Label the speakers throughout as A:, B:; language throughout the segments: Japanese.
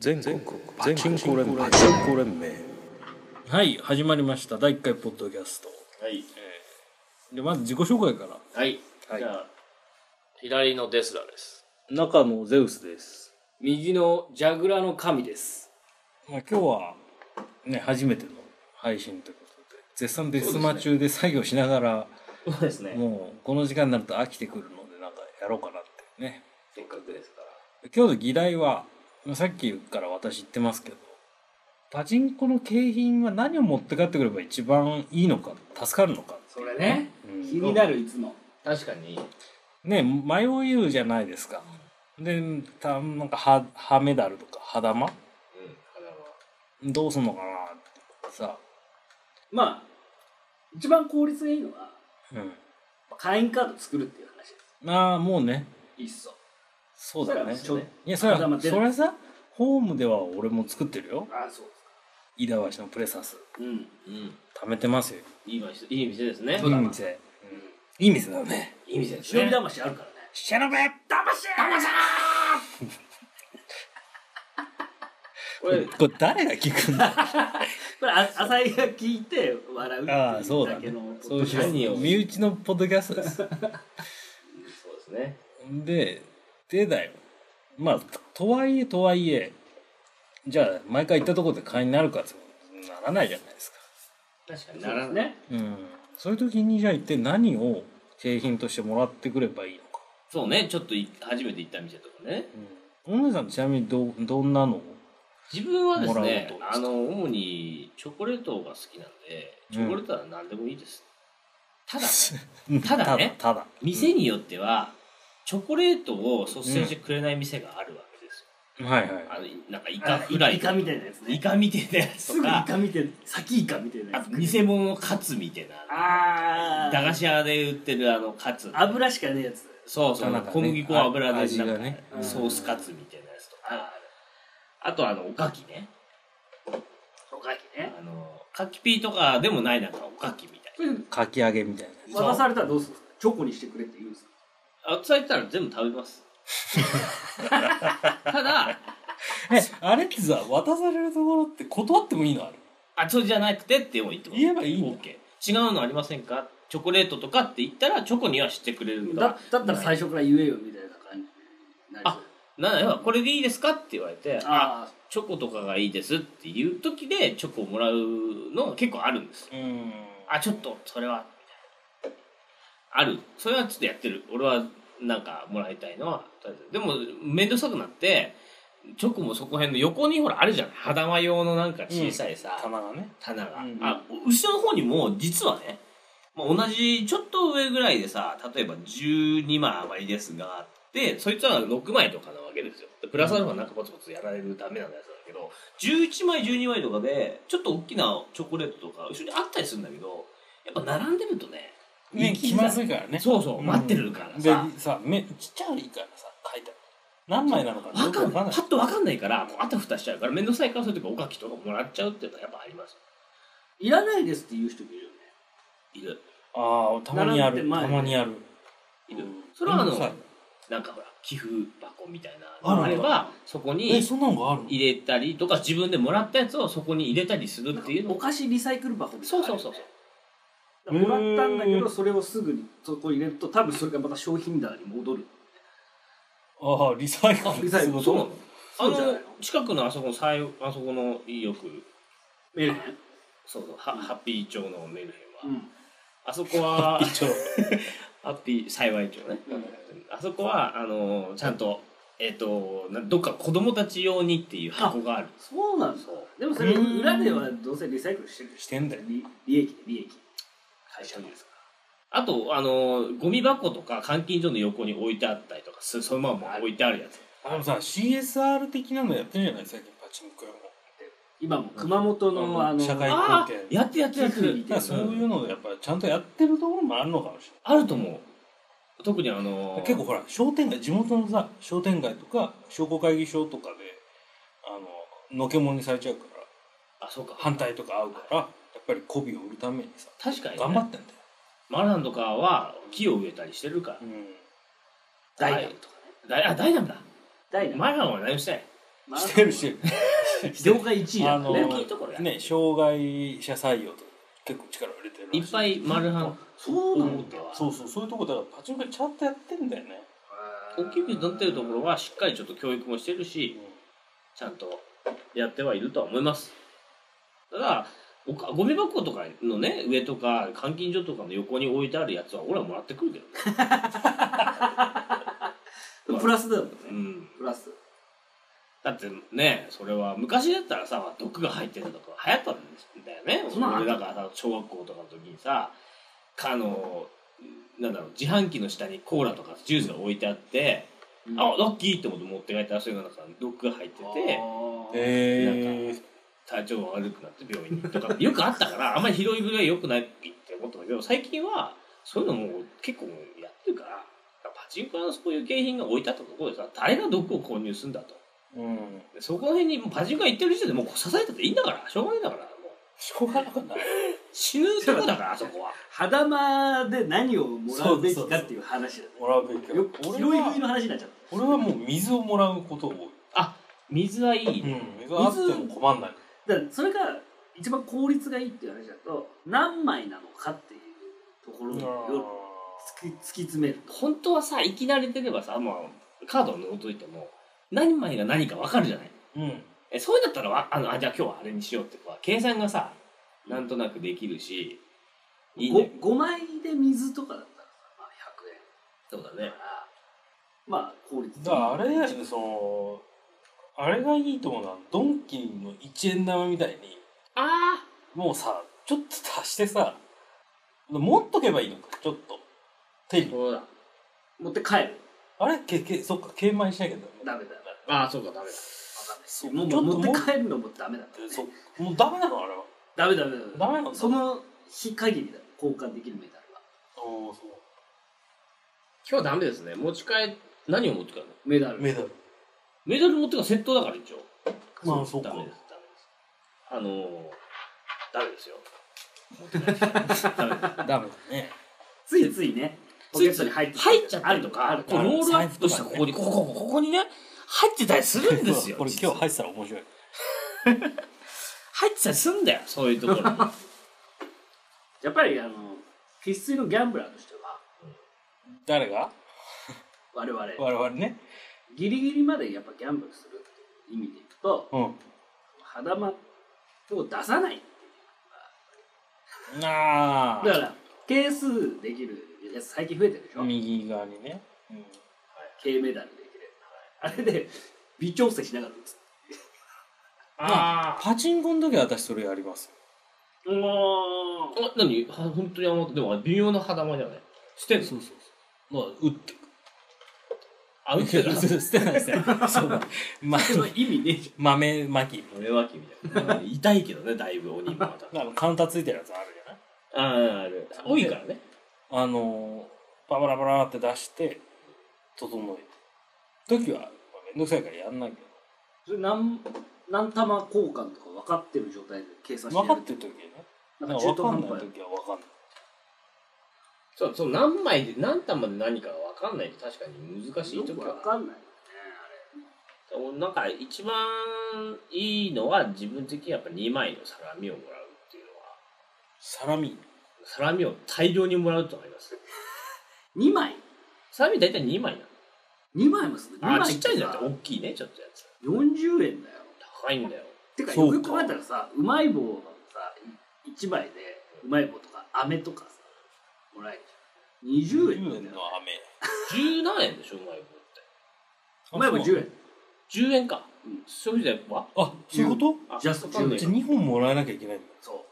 A: 全国全国連パチンコ連盟
B: はい始まりました第1回ポッドキャス
C: はい、
B: トでまず自己紹介から
C: はい、
B: はい
C: じゃあ左のデスラーです
D: 中のゼウスです。
C: 右のジャグラーの神です
B: まあ、今日はね初めての配信ということで絶賛デスマ中で作業しながら
C: そうですね
B: もうこの時間になると飽きてくるのでなんかやろうかなってね
C: せっかくですから
B: 今日の議題はまあさっきから私言ってますけどパチンコの景品は何を持って帰ってくれば一番いいのか助かるのか、
E: それね、
B: うん
E: 気になるいつも
C: 確かに
B: ね迷うじゃないですかでたなんかははメダルとかはだまどうすんのかなってさ、
E: まあ一番効率がいいのは
B: う
E: 会員カード作るっていう話です
B: ん、ああもうね
E: いっそ
B: そうだね
E: ちょ
B: いやそれは
E: 頭出
B: そ
E: る
B: れはさホームでは俺も作ってるよ
E: ああそうですか
B: 飯田橋のプレサス
E: うん
C: うん
B: 貯めてますよ
C: いい店いい店ですね
B: いい店、いい店だね
C: いい店です
E: 忍び
C: ね
E: 魂あるからね
B: シェノベ
C: これ
B: これ誰が聞くん だ
E: これあ浅井が聞いて笑うって
B: ああ
E: い
B: そううだ
E: だけ
B: ね
E: の
B: そうしよ
C: 何を
B: う身内のポッドキャストです
C: そうですね
B: ででだよまあととはいえとはいえじゃあ毎回行ったところで会員になるかってならないじゃないですか
C: 確かに
E: な
C: な
E: ら
C: らない
E: ね
B: うんそういう時にじゃあ一体何を景品としてもらってくればいいのか
C: そうねちょっとい初めて行った店とかね
B: うん小野さんちなみにどどんなの
C: 自分はですね
B: もらうと
C: あの主にチョコレートが好きなんでチョコレートは何でもいいです、ただただね
B: ただ
C: 店によってはチョコレートを率先してくれない店があるわけですよ、
B: ただはいはい
C: あのなんかイカ
E: あ
C: フライ
E: イカみたいなやつね
C: イカみたいなやつ
E: す
C: と
E: ぐイ
C: か
E: カ見て先イカみたいな
C: あ
E: やつ
C: と偽物のカツみたいな
E: ああ
C: 駄菓子屋で売ってるあのカツ
E: 油しかねえやつ
C: そうそ
B: あ
C: う、
B: なんかね
C: 小麦粉は油で
B: 味が
C: なんか、
B: ね
E: うん
C: ソースカツみたいなやつとかあとあのおかきね
E: おかきね
C: あのかきピーとかでもないなんかおかきみたい
E: それ
B: かき揚げみたいなや
E: 渡されたらどうするんですかチョコにしてくれって言うんですか
C: なあ伝えたら全部食べますただ
B: つえあれってさ渡されるところって断ってもいいのある
C: あそれじゃなくてっても言っても
B: 言えばいいんだ
C: OK 違うのありませんかチョコレートとかって言ったらチョコにはしてくれるの
E: だだったら最初から言えよみたいな感じになりそう
C: なんだよこれでいいですかって言われて
E: ああ
C: チョコとかがいいですっていう時でチョコをもらうのが結構あるんですよ
B: うん
C: あちょっとそれはみたいなあるそれはちょっとやってる俺はなんかもらいたいのはとりあえずでも面倒くさくなってチョコもそこ辺の横にほらあるじゃない肌間用のなんか小さいさ、
B: 玉がね
C: 棚が、
B: うん
C: あ後ろの方にも実はね、まあ、同じちょっと上ぐらいでさ例えば12枚余りですがでそいつは6枚とかなわけですよでプラスアルファなんかポツポツやられるダメなやつなんだけど11枚12枚とかでちょっと大きなチョコレートとか後ろにあったりするんだけどやっぱ並んでるとね
B: ね
C: 行き
B: 気
C: づら
B: まずいからね
C: そうそう待ってるからさ、
B: でさめちっちゃいからさ書いてある何枚なのか
C: わかんない。
B: ない
C: パッとわかんないから、もうあたふたしちゃうから、面倒くさいから、そういう時おかきとかもらっちゃうっていうのはやっぱあります。
E: いらないですって言う人もいるよね
C: いる。
B: ああたまにある
E: 並んで前
B: た
E: で
B: まにある
C: いる。それはあ
B: う
C: の
B: んさ、
C: なんかほら寄付箱みたいな
B: あ
C: の
B: る
C: があればそこ
B: え
C: に
B: そんなのがあるの
C: 入れたりとか自分でもらったやつをそこに入れたりするっていうの
E: お菓子リサイクル箱みたい
C: そう
E: な
C: そうそうそう
E: うもらったんだけどそれをすぐにそこに入れると多分それがまた商品棚に戻る
B: ああリサイクル
E: リサイク
B: そう
E: ル
B: そう
C: なのあ
E: そうじゃない
C: の
E: の
C: 近くのあそこのさいあそこのよく
E: メルヘン
C: そうそうハハッピー町のメルヘンは、
E: うん
C: あそこは
B: 一応
C: ハッピー幸い町ね、あそこはあのちゃんとえっ、となどっか子供たち用にっていう箱がある
E: そうなんですよでもそれ
B: うん
E: 裏ではどうせリサイクルしてるで
B: してんだよ
E: 利利益で利益
C: 会社ですかあとあのゴミ箱とか監禁所の横に置いてあったりとかすそのまま置いてあるやつ
B: あでもさ CSR 的なのやってるじゃない最近パチンコ屋も
E: 今も熊本
B: うん
E: のあの
B: 社会
E: あ
C: ああ
B: 貢献
C: やってやってやっ
E: 寄付
C: て
E: み
B: だか
E: た
B: ら
E: な
B: そういうのでやっぱちゃんとやってるところもあるのかもしれない
C: あると思う特にあのー
B: 結構ほら商店街地元のさ商店街とか商工会議所とかであののけもんにされちゃうから
C: あそうか
B: 反対とか合うからやっぱり媚びを売るためにさ
C: 確かに、ね、
B: 頑張ってんだよ、
C: マランとかは木を植えたりしてるから
B: うん
E: ダイナムとかね
C: だあダイナムだ
E: ダイナム
C: マランは何もしてない
B: してるし
E: 業界1位
B: あ
E: だ
B: の
E: からね
C: 大きいところや
B: ね障害者採用と結構力を入れてるらし
C: いっぱい丸半
E: そうなんだ
B: そうそうそういうとこだからパチンコちゃんとやってんだよね
C: 大きくなってるところはしっかりちょっと教育もしてるし、ちゃんとやってはいるとは思いますただおかゴミ箱とかのね上とか監禁所とかの横に置いてあるやつは俺はもらってくるけどね、
E: プラスだよね
C: うん、
E: プラス
C: だってねそれは昔だったらさ毒が入ってたとか流行ったんだよね
E: そんなのあっ
C: 俺
E: た
C: だからさ小学校とかの時にさかあのなんだろう自販機の下にコーラとかジュースが置いてあって、あラッキーって思って持って帰ったらそれがなんか毒が入ってて
E: え
B: へえ
C: 体調が悪くなって病院にとかよくあったからあんまりひどいぐらい良くないって思ったんだけど最近はそういうのも結構やってるからパチンコ屋のそういう景品が置いてあったところでさ誰が毒を購入するんだと
B: うん
C: でそこら辺にもうパチンコ屋行ってる時点でもう刺されたっていいんだからしょうがないんだからもう
B: しょうがなくない
C: 死ぬとこだからあそこは
E: 肌間で何をもらうべきかっていう話だね
B: もらうべきだ
E: よく拾い
B: 俺
E: 食い
B: は
E: の話になっちゃっ
B: 俺はもう水をもらうことが多い
C: 水はいい、
B: うん水あっても困んない
E: ただからそれが一番効率がいいっていう話だと何枚なのかっていうところを突き突き詰めると
C: 本当はさ生き慣れてればさ、まあ、カードを覗いても何枚が何か分かるじゃない
B: うん
C: えそういうんだったらわあのあじゃあ今日はあれにしようってこう計算がさなんとなくできるしいいね
E: 5, 枚で水とかだったらさ、まあ、100円
C: そうだね
E: だからまあ効率的に
B: だからあれだよねそのあれがいいと思うのはドンキの一円玉みたいに
C: あ
B: もうさちょっと足してさ持っとけばいいのかちょっと手
C: あ
B: に
C: そうだ
E: 持って帰る
B: あれけけそっか計枚しなきゃダメ
E: ダメだよ
C: ああそうかダメだ
B: そう
E: もう
B: ちょっと
E: 持って帰るのもダメだからね
B: そうもうダメなのあれは
E: ダメダメ
B: ダ
E: ダ
B: メな
E: メ
B: の
E: その日限りだ交換できるメダルは
B: おーそう
C: 今日ダメですね持ち帰何を持って帰るの
E: メダル
B: メダル
C: メダル持って帰る窃盗だから一応
B: まあそうか
C: ダメですダメですあのー、ダメですよ持って帰るダメです
B: ダメだね
E: ついついね
C: つ
E: ポケ
C: い
E: ット
C: つ
E: に
C: い
E: 入
C: 入
E: っ
C: ってちゃったりと
E: あ
C: か
E: る
C: こうロールアップしたここにここここここにね入ってたりするんです よ
B: これ
C: 実
B: 今日
C: は
B: 入ってたら面白い
C: 入ってたりするんだよそういうとこ ろに
E: やっぱりあの必須のギャンブラーとしては
B: 誰が
E: 我々
B: 我々ね
E: ギリギリまでやっぱギャンブルするっていう意味でいくと
B: うん
E: 肌間を出さない
B: な
E: だ
B: あ
E: から係数できるやつ最近増えてるでしょ、
B: 右側にね、うん、
E: 軽メダルできる、あれで微調整しながら打つ
C: あ
B: パチンコの時は私それやります
E: お
C: あ何は本当にあんまでもあれ微妙な肌間じゃない捨てんの
B: そうそうそうまあ打って
C: あ打って た
B: 捨てないですねそうだ、ま、
E: その意味ねえじ
B: 豆まき
C: 俺は君だよ痛いけどねだいぶ鬼もま た
B: あのカウンターついてるやつあるじゃない
C: ああある多いからね
B: あのーバラバラバラって出して整えて時はまあめんどくさいからやんないけ
E: ゃんそれ何何玉交換とか分かってる状態で計算し
B: ど
E: て
B: 分か
E: や
B: っ
E: る
B: てる時はね
E: なん
B: な
E: か
B: んか
E: 中
B: 分
E: 途
B: かんない
E: 半端
B: 時は分かんない
C: そうそう何枚で何玉で何かが分かんないと確かに難しい
E: よ
C: 時
E: く
C: は
E: 分かんない
C: 俺なんか一番いいのは自分的にやっぱ2枚のサラミをもらうっていうのは
B: サラミ
C: サラミを大量にもらうとなります
E: 2枚
C: サラミ大体2枚
E: 2枚もする
C: なのあ
E: 枚
C: ちっちゃいんだって
E: って
C: 大きいねちょっとやつ
E: 40円だよ
C: 高いんだよ
E: てか
B: そう
E: よ
B: か
E: く考えたらさうまい棒のさ1枚でうまい棒とか飴とかさもらえるじゃん20
B: 10
E: 円な
B: 円
E: んだよ
B: の飴
C: 10何円でしょうまい棒って
E: うまい棒10円
C: 10円か、
E: うん
C: 消費税は
B: あそういうこ
C: あ
E: ジャスト
C: わかんない
B: とじゃあ2本もらえなきゃいけないんだ
E: そ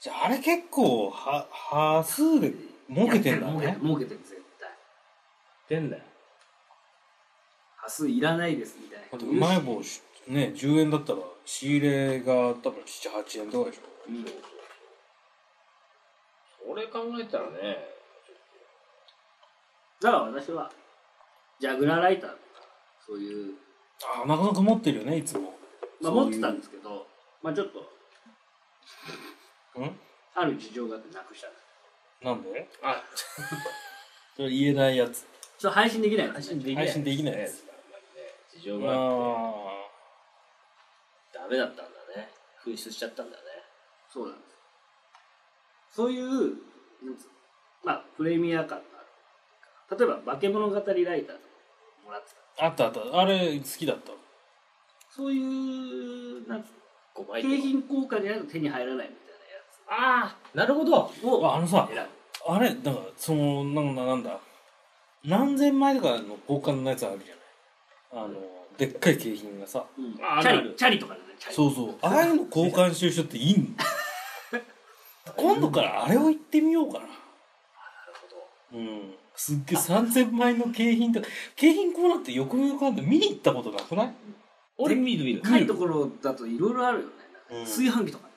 B: じゃああれ結構は波数で
E: う
B: 儲けてんだ
E: 儲けて
B: ね
E: る儲けてる絶対
C: ってんだよ
E: 端数いらないですみたいな
B: だってうまい棒しね10円だったら仕入れが多分78円とかでしょ
E: う
C: そ
E: ん
C: れ考えたらね
E: だから私はジャグラーライターとかそういう、
B: あなかなか持ってるよねいつも
E: ま
B: そ
E: あ、
B: ういう
E: 持ってたんですけどまあちょっと
B: ん
E: ある事情があってなくしたんです
B: なんで
C: あ
B: それ言えないやつ
E: ちょっと配信できないからね
C: で
B: 配信できないやつ
C: 事情があっ
B: あ
C: ダメだったんだね紛失しちゃったんだね
E: そうなんですそういうなんつうのまあプレミア感がある例えば化け物語ライターとかもらってた
B: あったあったあれ好きだった
E: そういうなんつうの
C: 5枚とか
E: 景品交換じゃないと手に入らないみたいな
C: ああなるほど
E: やつを
B: ああのさ
E: 選ぶ
B: あれだからそのなんだなんだ何千枚とかの交換のやつあるじゃないあのでっかい景品がさ
E: うんチ
C: あ
E: ャ
C: あるあ
E: リ
C: る
E: チャリとかでねチャリ
B: そうそうああいうの交換収集っていい んだ今度からあれを言ってみようかなうんすっげえ3000枚の景品とか景品コーナーってよくよくあって見に行ったことなくない
C: 俺見る見る
E: 深いところだといろいろあるよね、
B: うん
E: 炊飯器とか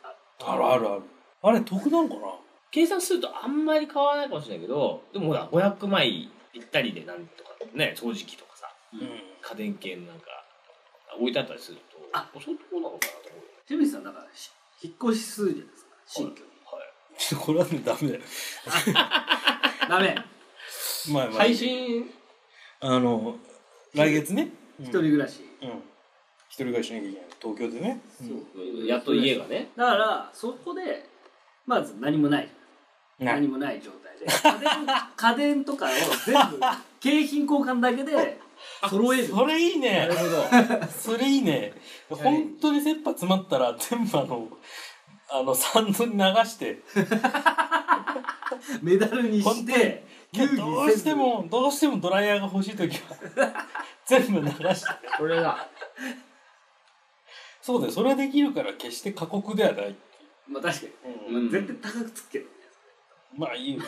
E: ある
B: あるあるあるあれ得なのかな
C: 計算するとあんまり変わらないかもしれないけどでもほら500枚ぴったりでなんとかね掃除機とかさ
B: う
C: 家電系のなんか置いてあったりすると
E: あ
C: そういうところなのかなと思うよ
E: 清水さんだからし引っ越しするじゃないですか新居
B: ん
E: に
B: ちょっとこれはねダメだよ
E: ダメ
B: まあまあ
C: 配信
B: あの来月ね
E: 一
B: 一
E: 人暮らし、
B: うん一人暮らしなきゃいけない東京でね
E: そう
C: やっと家がね
E: だからそこでまず何もない
B: な
E: 何もない状態で家電 家電とかを全部景品交換だけで揃える
B: それいいね
C: なるほ ど
B: それいいね
E: い
B: 本当に切羽詰まったら全部あのあのサンドに流 して
E: メダルにして
B: どうしてもどうしてもドライヤーが欲しい時は 全部流して
C: これが
B: そうだよそれはできるから決して過酷ではない、
E: まあ確かに
B: うん
C: うん
E: 絶対高くつくけどね
B: まあいい よ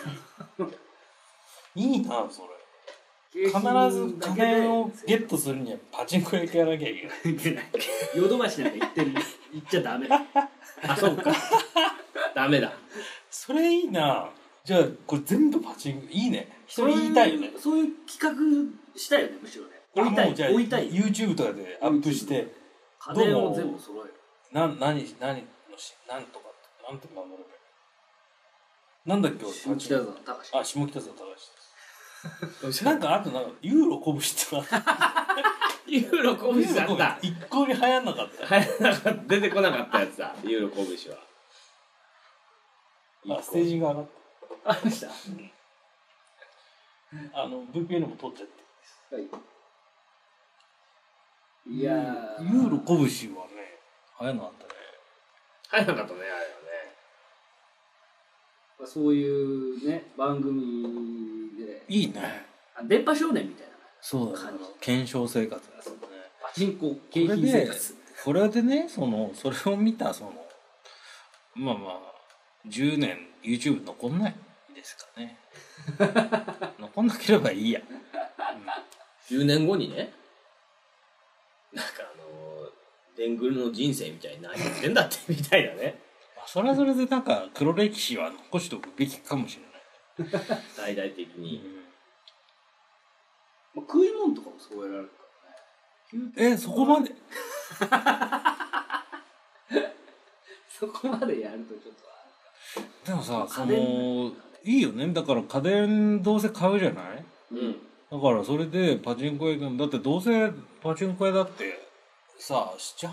B: いいなそれ
E: 景
B: 必
E: 品
B: ず
E: だ
B: 家
E: けで
B: 電をゲットするにはパチンコ屋行かなきゃいけない
E: いけないヨドバシなんか行ってる行っちゃダメ
C: あそうか ダメだ
B: それいいなじゃあこれ全部パチンコいいね それ言いたいよね
E: そういうそういう企画したいよねむしろね
B: あ
E: 追いた
B: もうじゃあ
E: い追いたい
B: YouTube とかでアップして
E: 家電を全部揃える
B: なん何何のし何とかってなんて名乗ればいいなんだっけ俺
E: 下北沢高
B: あ下北沢高橋 ですなんかあとなんかユーロこぶしってなった
C: ユーロコブシだった
B: 一向に流行んなかった
C: 出てこなかったやつだユーロコブシは
B: あステージが上がっ
C: ありました
B: たあの VPN も取っちゃって
E: 橋いやー
B: ユーロこぶしはね流行んなかったね
C: 入らなかったね
E: まあそういうね番組で
B: いいね
E: あ電波少年みたいな
B: そうだね検証生活ですね
E: パチンコ
B: こ
E: 景
B: れ
E: 品生
B: で
E: 活
B: これでねそのそれを見たそのまあまあ10年 YouTube 残んないですか ね残んなければいいや、
C: あれはね10年後にねなんかあのーデングルの人生みたいに何言ってんだってみたいなね
B: まあそれはそれでなんか黒歴史は残しておくべきかもしれな
C: 大々的
B: い、
C: に
E: まあ食い物とかもそうやられるからね
B: えそこまで
E: そこまでやるとちょっと
B: でもさそ
E: 家電
B: のいいよねだから家電どうせ買うじゃない
C: うん
B: だからそれでパチンコ屋行くのだってどうせパチンコ屋だってさ78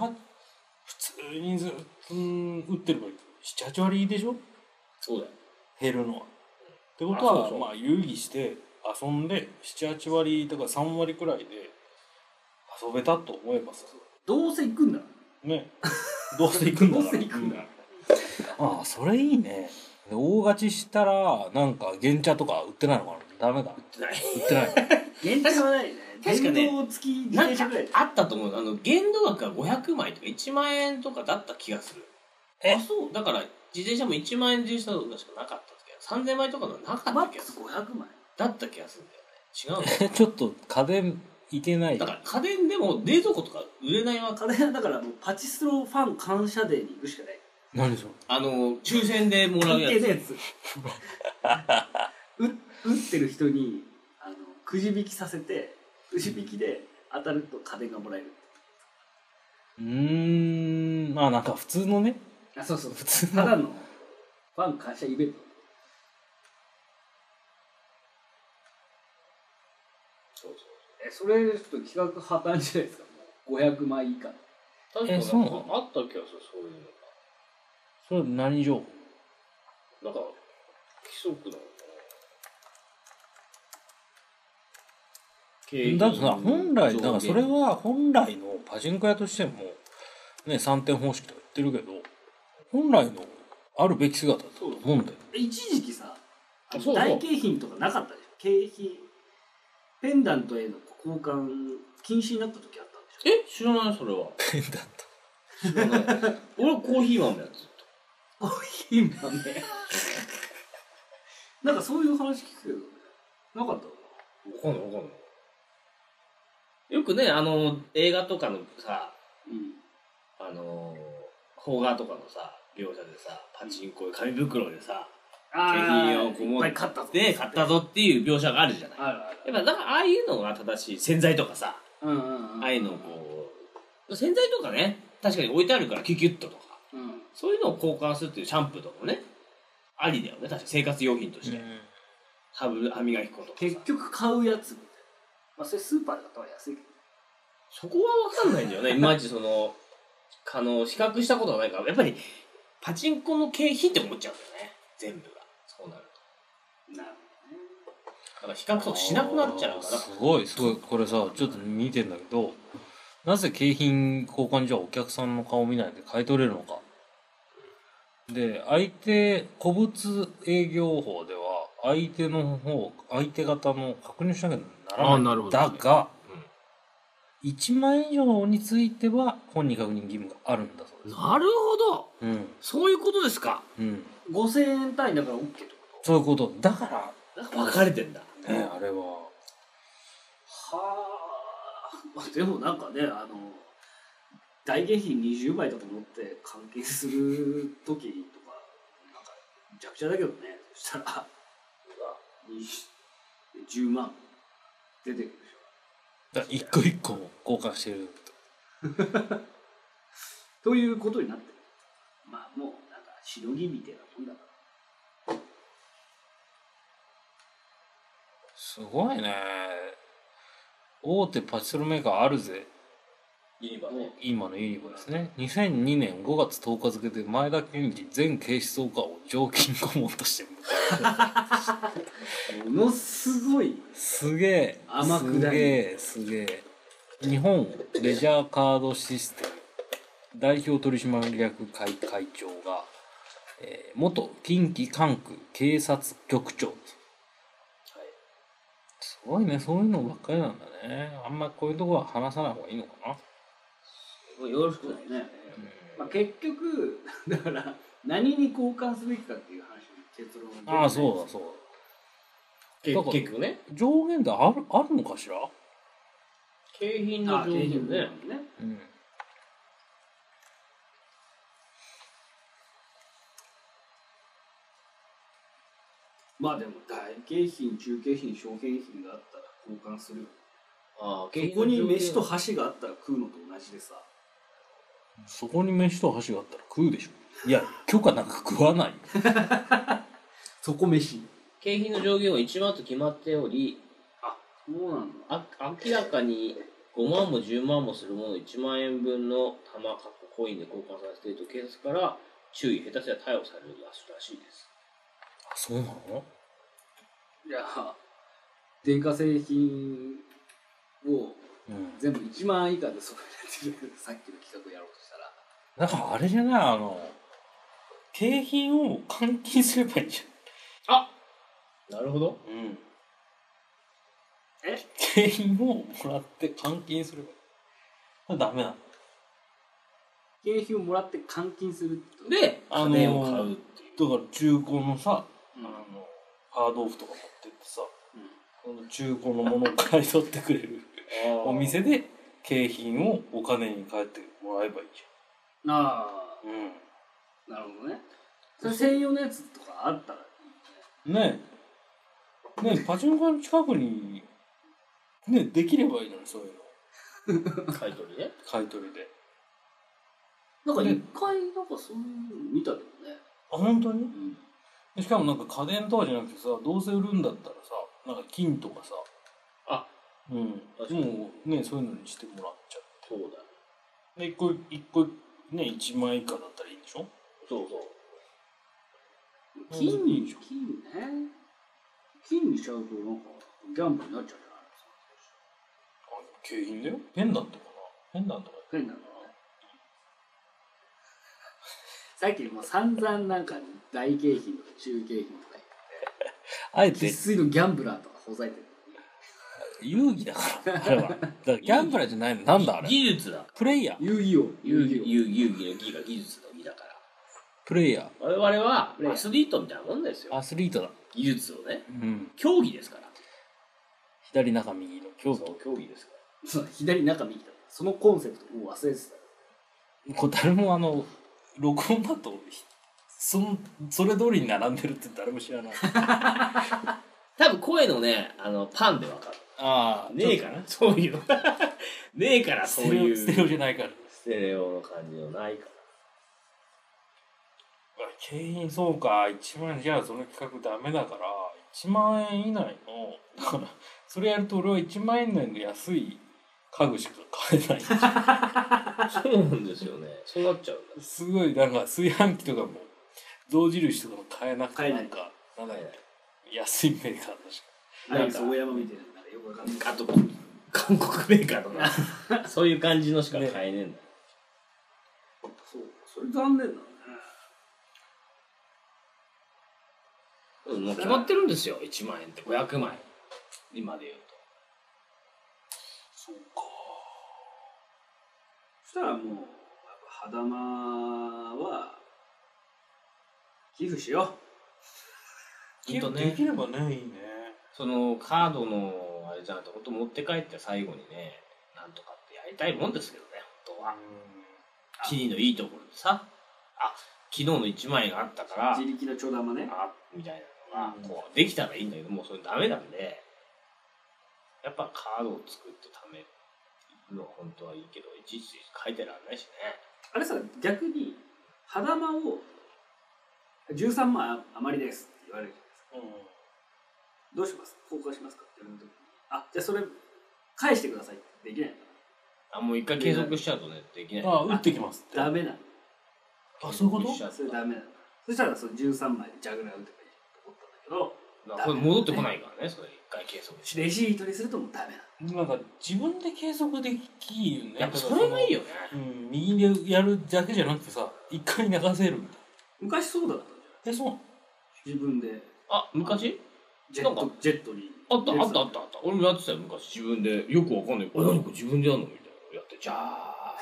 B: 普通にずっとうん打ってれば78割でしょ
C: そうだよ
B: 減るのは。ってことは
C: あそうそう
B: まあ遊戯して遊んで78割だから3割くらいで遊べたと思えばさ
E: どうせ行くんだ
B: ねどうせ行くんだから
E: どうせ行くんだ
B: ああそれいいねで大勝ちしたらなんか原茶とか売ってないのかなダメだ売ってない
E: 現代はないね
C: 確かね
E: 電動付き自
C: なん
E: 転
C: か
E: 車ぐらい
C: あったと思うあの限度額が500枚とか1万円とかだった気がする
B: え
C: あそうだから自転車も1万円自転車とかしかなかったんだけど3000枚とかのはなかっ
E: マ
C: た気
E: ック
C: が
E: ス
C: する
E: 500枚
C: だった気がするんだよね違うんだよ
B: ちょっと家電いけない
C: だから家電でも冷蔵庫とか売れないわけ
E: 家電はだからもうパチスロファン感謝デーに行くしかない
B: 何それ
C: あの抽選でもら
E: 関
C: うや
E: 係
C: つ
E: な いやつう打ってる人にあのくじ引きさせてくじ引きで当たると家電がもらえる
B: うーんまあなんか普通のね
E: あそうそう
B: 普通
E: た
B: の
E: だのファン感謝イベント
C: そうそう
E: えそれちょっと企画破綻じゃないですかもう500枚以下
F: 確か
B: え
F: に
B: そうなの
F: あった気がするそういうの
B: それ何情報
F: なんか規則なのかな
B: だってさ本来だからそれは本来のパチンコ屋としてもね3点方式とか言ってるけど本来のあるべき姿だと思うんだ よ
E: 一時期さあの
F: そうそう
E: 大景品とかなかったでしょ景品ペンダントへの交換禁止になった時あったんでしょ
C: え知らないそれは
B: ペンダント
C: 知らない 俺コーヒー豆やつ
E: 金だねなんかそういう話聞くけどなかった
F: 分かんない分かんない
C: よくねあの映画とかのさ
E: う
C: あの邦画とかのさ描写でさパチンコ紙袋でさ
E: ん、
C: 景品
E: あ
C: を
E: ー
C: こ
E: いっぱい買った
C: う
E: ぞ
C: で買ったぞっていう描写があるじゃない
E: あるあ
C: やっぱだからああいうのが正しい洗剤とかさ
E: るうんうんうん
C: ああいうのをこう洗剤とかね確かに置いてあるからキュキュッととか
E: うん
C: そういうのを交換するっていうシャンプーとかもねありだよね確かに生活用品として、歯ぶ歯磨き粉とか
E: 結
C: さ
E: 局買うやつみたいなまあそれスーパーだったら安いけど
C: そこは分かんないんだよねいまいちそのあの比較したことがないからやっぱりパチンコの景品って思っちゃうんだよね全部がそうなると
E: なる
C: だから比較とかしなくなっちゃうか
B: あー
C: ら
B: すごいすごいこれさちょっと見てんだけどなぜ景品交換じゃお客さんの顔見ないで買い取れるのかで相手古物営業法では相手の方相手方の確認しなきゃなら
F: あー
B: な
F: ないるほ
B: ん
F: ど
B: だが、
F: うん
B: 1万円以上については本人確認義務があるんだそうです
C: なるほど
B: うん
C: そういうことですか
B: うん
E: 5000円単位だから OK ってこ
B: そういうことだか
C: 分かれてんだ
B: らねあれは
E: とはあま あでもなんかねあの大下品20枚とか持って換金する時とかなんかめちゃくちゃだけどねそしたら20 10万出てくるでしょ
B: だから一個一個交換してる
E: ということになってるまあもうなんかしのぎみたいなもんだから
B: すごいね大手パチスロメーカーあるぜ
C: ユニバね
B: 今のユニバですね2002年5月10日付で前田健二前警視総監を常勤顧問として迎えた
E: ものすごい
B: すげえ
E: 天下り
B: すげえすげえ日本レジャーカードシステム代表取締役会会長が、えー元近畿管区警察局長ですすごいねそういうのばっかりなんだねあんまこういうとこは話さない方がいいのかな
E: よろしくないね、まあ、結局だから何に交換すべきかっていう話に結論が出て
B: ああそうだそう
C: け
B: だから
C: 結局ね
B: だ上限であるあるのかしら
C: 景品
E: あ
C: の
E: あ
C: 上
E: 景
C: 限
E: 品ね
C: ね
E: ね
B: うん
E: まあでも大景品中景品小景品があったら交換するよ
C: ああ景
E: そ
C: 品の
E: こ
C: 上限
E: に飯と箸があったら食うのと同じでさ
B: そこに飯と箸があったら食うでしょいや許可なく食わないよ
E: そこ飯
C: 景品の上限は1万と決まっており
E: そうなんだ
C: あ明らかに5万も10万もするものを1万円分の玉かっこコインで交換させていると警察から注意下手すりゃ逮捕されるらしいです
B: あそうなの
E: いや電化製品を
B: うん
E: 全部1万円以下で揃えられてるさっきの企画やろうとした
B: な
E: ら
B: んかあれじゃないあの景品を換金すればいいんじ
C: なるほど
B: ゃん、うん、
E: え
B: 景品をもらって換金すればいいこれダメなの
E: 景品をもらって換金するってこと
C: で
B: あのー
C: 家電を買うっていう
B: だから中古のさ
E: うん
B: あのハードオフとか持ってってさ、この中古のものを買い取ってくれるお店で景品をお金に変えてもらえばいいじ
E: あ
B: ゃん、うん
E: あなるほどねそれ専用のやつとかあったら
B: ねえねえパチンコの近くにねえできればいいのにそういうの
C: 買い取りね
B: 買い取りで
E: なんか
B: ね
E: 一回なんかそういうの見たけどね、
B: あ本当に
E: うん、
B: しかもなんか家電とかじゃなくてさどうせ売るんだったらさなんか金とかさ
C: あ
B: うん
C: 確かに
B: もうねそういうのにしてもらっちゃ
C: そうだ
B: で、一個、一個、ね、一枚以下だったらいいんでしょ
F: そうそう。
E: 金に、金ね。金にしちゃうと、なんか、ギャンブルになっちゃうじゃないです
B: あ、
E: か。
B: 景品だよ。ペンダントかなペンダントか
E: 変なのね。 さっきもう散々なんか大景品とか中景品とか
B: あえ
E: 生
B: て、
E: 粋のギャンブラーとかほざいてる
B: 遊戯だから、あれ は。だからギャンブラーじゃないの。なんだあれ
C: 技術だ。
B: プレイヤー。
E: 遊戯王
C: 遊戯
E: 遊戯
C: 遊戯の技が技術の技だから。
B: プレイヤ
C: 我々はアスリートみたいなもんです
B: ー。
C: よ。
B: アスリートだ。
C: 技術をね。
B: うん。
C: 競技ですから。
B: 左中右の京
C: そう
B: 都。
C: 競技ですか
E: 王そう左中右だそのコンセプトもう忘れてた
B: これ誰もあの、録音だと、その、それ通りに並んでるって誰も知らない。
C: ら。多分声のね、あの、パンでわかる。
B: ああ、
C: ねえから、 そういうの。ねえから、
B: ス
C: そう
B: テレ
C: い
B: オ、
C: う。
B: ステレオじゃないから。
C: ステレオの感じのないから。
B: 景品そうか1万円じゃあその企画ダメだから1万円以内のだからそれやると俺は1万円以内の安い家具しか買えない
F: そうなんですよね。そうなっちゃうんだ。
B: すごいなんか炊飯器とかも象印とかも買えなくて
E: 買えない
B: んかなんだよ安いメーカーだし
E: ア
C: なん
E: イ
C: か
E: ス大山みたいななんかよくわかんない
C: あと、韓国メーカーとか、そういう感じのしか買えねえんだ。
E: そうそれ残念だね
C: うんもう決まってるんですよ、1万円って500枚。今で言うと。
E: そしたらもうやっぱ肌間は寄付しよ
C: きっとね
B: できればねいいね
C: そのカードのあれじゃなくて、本当持って帰って最後にね、なんとかってやりたいもんですけどね、本当は。キリのいいところでさ、あ、昨日の1万円があったから、
E: う自力のちょだまね
C: あ、みたいなのが、こう、できたらいいんだけど、もうそれダメなんで、やっぱカードを作って貯めるのは本当はいいけど、いちいち書いてらんないしね。
E: あれさ逆に肌間を13万余りですって言われるじゃないですかどうします交換しますかって言われる時にあじゃあそれ返してくださいってできないのか
C: あ、もう一回継続しちゃうとね、できない。
B: ああ打ってきますって
E: なダメなの
B: あそういうこと
C: 継続しちゃ
E: それ
C: った
E: ダメなのそしたらその13枚ジャグラー打てばいいと思った
C: だからこれ戻ってこないからね、それ一回継続し
E: んだけどレシートにするともうダメなの
B: なんか自分で継続できるよね
C: やっぱそれがいいよね。
B: うん右でやるだけじゃなくてさ一回流せるみたいな
E: 昔そうだったんじゃ
B: えそう
E: ない
B: なの
E: 自分で
C: あ、昔
E: ジェッ
C: なん
E: トジェットに
C: あったあったあったあった俺もやってたよ昔自分でよくわかんないあ何これ自分でやるのみたいなのやってじゃあ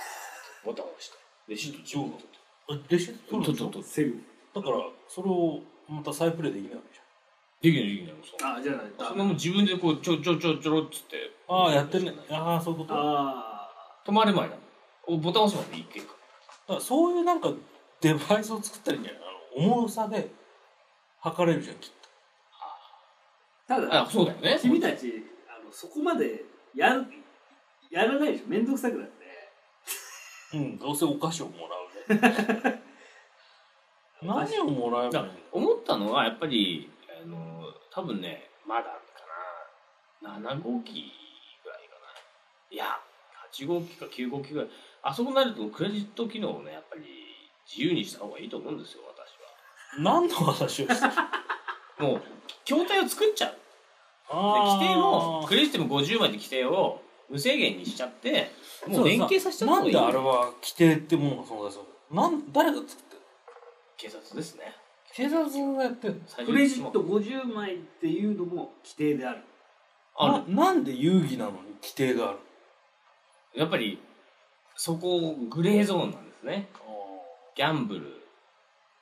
C: ボタン押してレシート自分で取って
B: あレシート取るんでしょ
C: 取って
E: セグ
B: だからそれをまた再プレイできないわけじ
C: できないできないもうさ
E: あじゃあ
C: そ
E: ダ
C: んな
E: メ
C: もん自分でこうちょちょちょちょろっつって
B: ゃんああやってるねああそういうことだか
E: あ
C: 止まる前だおボタン押すまでいけるから
B: そういうなんかデバイスを作ったらいいんじゃないあの重さで測れるじゃんきっ
E: あた
C: ら
E: だ
C: あそうだよね
E: 君たちあのそこまでやるやらないでしょ面倒くさくなって
B: とうんどうせお菓子をもらうね 何をもらえ
C: だ
B: ば
C: か
B: いい
C: ら思ったのはやっぱりあの多分ねまだかな7号機ぐらいかないや8号機か9号機ぐらいあそこになるとクレジット機能をねやっぱり自由にした方がいいと思うんですよ私
B: の何の話をしてる
C: はもう筐体を作っちゃうで
B: あー
C: 規定をクレジットも50枚で規定を無制限にしちゃっても
B: そうう
C: 連携させちゃった
B: な
C: 方
B: ん
C: がいい
B: であれは規定ってものが存在するのなん誰が作ってる
C: 警察ですね
B: 警察がやってるの
C: 最
E: ク
C: 初
E: レ
C: に
E: ジット50枚っていうのも規定である
C: ある
B: ななんで遊戯なのに規定がある
C: やっぱりそこグレーゾーンなんですねギャンブル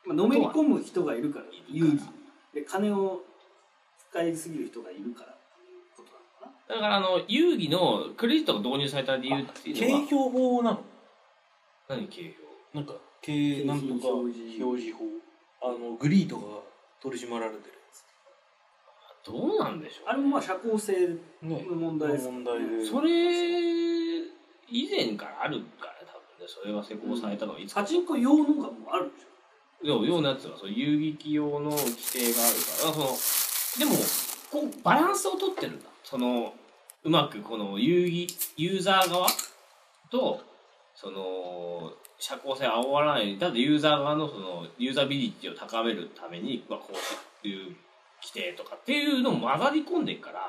E: まあのめり込む人がいるから
C: い
E: 遊
C: る
E: 戯
C: から
E: で金を使いすぎる人がいるからっていうことなのかな
C: だからあの遊戯のクレジットが導入された理由ってい
B: 景
C: うのは
B: 表法なの
C: 何景
B: なんか経
E: 景品
B: なんとか
E: 表示
B: 表示法あのグリーとかが取り締まられてる
C: 表どうなんでしょう
E: あれもまあ社交性
B: やつね
E: の問題です
B: 問題で
C: それ以前からあるから多分ねそれが施行されたのはいつか、
E: パチンコ用のがもうあるでしょ
C: でもようなやつはその遊戯機用の規定があるからだからそのでもこうバランスを取ってるんだそのうまくこの遊戯ユーザー側とその社交性を煽らないようにただユーザー側のそのユーザビリティを高めるために、まあ、こういう規定とかっていうのも混ざり込んでいくから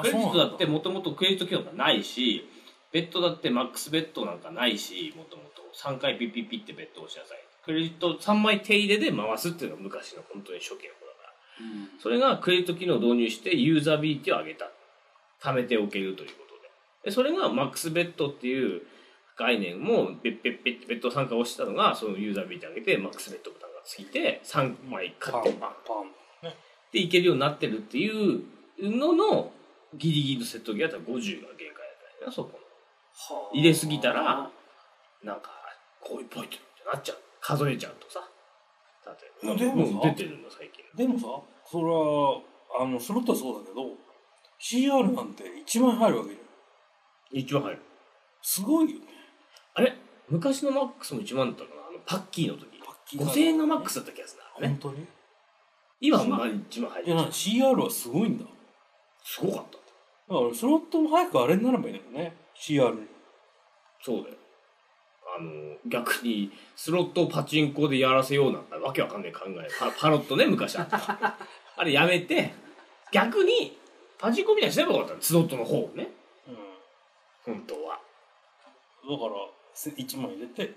C: クレジットだってもともとクレジット機能がないしベッドだってマックスベッドなんかないしもともと3回ピッピッピってベッドを押しなさいクレジット3枚手入れで回すっていうのが昔の本当に初期の頃だから。それがクレジット機能を導入してユーザビリティを上げた。貯めておけるということで。でそれがマックスベッドっていう概念も、ペッペッペッってベッド参加をしたのが、そのユーザビリティを上げて、マックスベッドボタンがついて、3枚買ってバンでいけるようになってるっていうのの、ギリギリのセットギアだったら50が限界だったよな、そこの。入れすぎたら、なんか、こういうポイントってなっちゃう。数えちゃうとさ。例えば。
B: でもさ
C: う出てるの、最近。
B: でもさそれはあのスロットはそうだけど CR なんて1万円入るわけじゃん
C: 一番入る。
B: すごいよね
C: あれ昔のマックスも1万だったかなあのパッキーの時
B: パッキーだね
C: 5000円がマックスだった気がするな、
B: 本
C: ね、
B: 当に
C: 今はもう1万入
B: いや
C: る
B: なんか CR はすごいんだだ
C: すごかった
B: からスロットも早くあれになればいいのね CR に
C: そうだよあの逆にスロットをパチンコでやらせようなんてわけわかんない考えパパロットね昔 あったあれやめて逆にパチンコみたいにすればよかったのスロットの方をね
B: うん
C: 本当は
B: だからせ1万入れて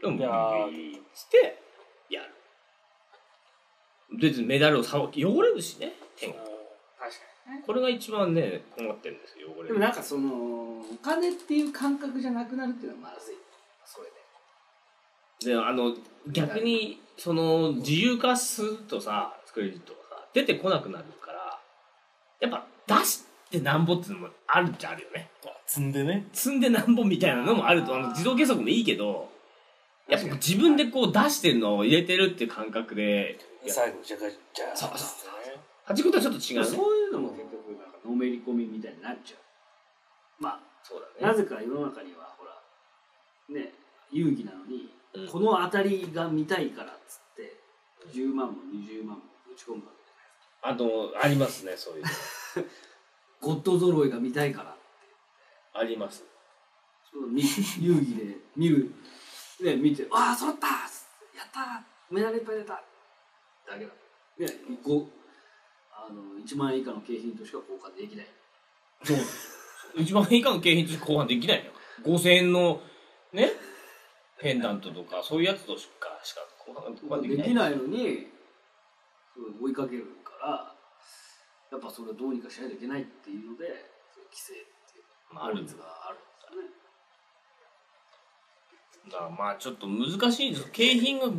C: でも
B: いやー
C: してやる別にメダルをさばき汚れるしね手がこれが一番ね困ってるんですよ汚れ
E: でもなんかそのお金っていう感覚じゃなくなるっていうのはまずいそれで
C: であの逆にその自由化するとさクレジットがさ出てこなくなるからやっぱ出してなんぼっていうのもあるっちゃあるよね
B: 積んでね
C: 積んでなんぼみたいなのもあるとあの自動計測もいいけどやっぱ自分でこう出してるのを入れてるっていう感覚で
B: 最後じゃがじゃ
C: そうそう
B: う
C: 端っことはちょっと違うね
E: そういうのも結局なんかのめり込みみたいになっちゃうま
C: そう
E: あなぜか世の中にはほらね遊戯なのに、
C: うん
E: この当たりが見たいからっつって10万も20万もぶち込むわけ
C: あのありますねそういうの
E: ゴッド揃いが見たいから
C: あります
E: そうみ遊戯で見るね見て「わあ揃ったやったメダルいっぱい出た」だけだねこあの1万円以下の景品としか交換できない
C: そう一番以下の景品として後半できないのよ5000円のねペンダントとかそういうやつとしかしか後半後半でき
E: で
C: ない
E: きないのにそれ追いかけるからやっぱそれをどうにかしないといけないっていうのでそういう規制っていう
C: まあ、あるん
E: や
C: だ
E: つがあるんですよね
C: だからまあちょっと難しいんです景品が1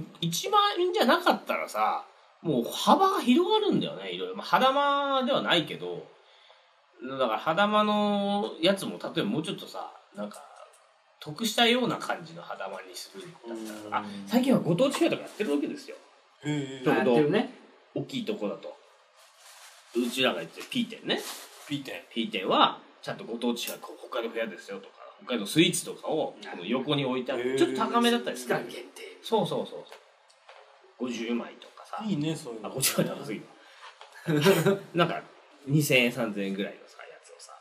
C: 万円じゃなかったらさもう幅が広がるんだよねいろいろ、まあ、肌間ではないけどだから肌間のやつも例えばもうちょっとさなんか得したような感じの肌間にするんだったらあ最近はご当地フェアとかやってるわけですよ
B: へ
C: そう
E: やってるね
C: 大きいとこだとうちらが言ってる P 店ね
B: ピーテ
C: P 店はちゃんとご当地がこう北海道フェアですよとか北海道スイーツとかをこの横に置いてあっ
B: へ
C: て
B: ー
C: ちょっと高めだったりす
E: 期
C: る
E: 間限定
C: そうそうそうそう50枚とかさ
B: ンいいねそういう
C: あ
B: の
C: 50枚高 すぎるなんか2000円3000円ぐらいのさやつをさ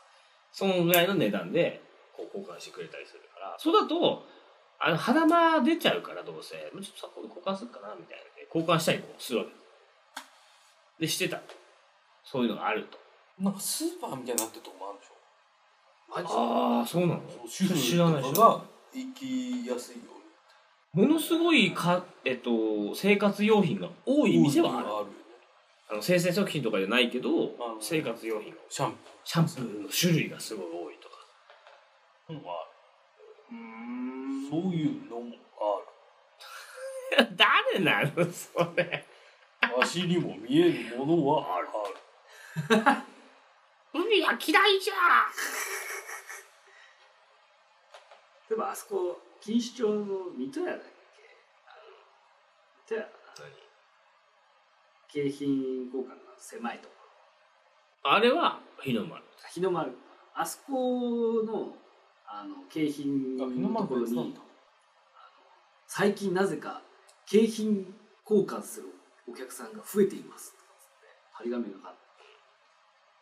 C: そのぐらいの値段でこう交換してくれたりするからそうだとあの肌間出ちゃうからどうせちょっとさこれ交換するかなみたいなで交換したりこうするわけでしてたそういうのがあると
B: なんかスーパーみたいになってるとこもあるでしょ
E: マジ
C: ああそうなの
B: 主婦
C: 知らない
B: と
C: 知
B: かが行きやすいよ
C: ものすごいか、えっと、生活用品が多
B: うに
C: い店はある
B: 多いよね
C: あの生鮮食品とかじゃないけど
B: まあ
C: 生活用品が
B: シャンプ
C: シャンプーの種類がすごい多いとか
B: ー もあるそういうのも
C: 誰なのそれ
B: ある足にも見えるものはある
C: 海が嫌いじ
E: 例えばあそこ錦糸町の水戸屋だっけあの水戸屋かな景品交換が狭いところ
C: ゃんあれは日の丸
E: 日の丸あそこのあの景品
B: あ日の
E: のとこ
B: 丸
E: ろ
B: 別なん
E: に
B: だ
E: 最近なぜか景品交換するお客さんが増えていますとかつって張り紙が貼っ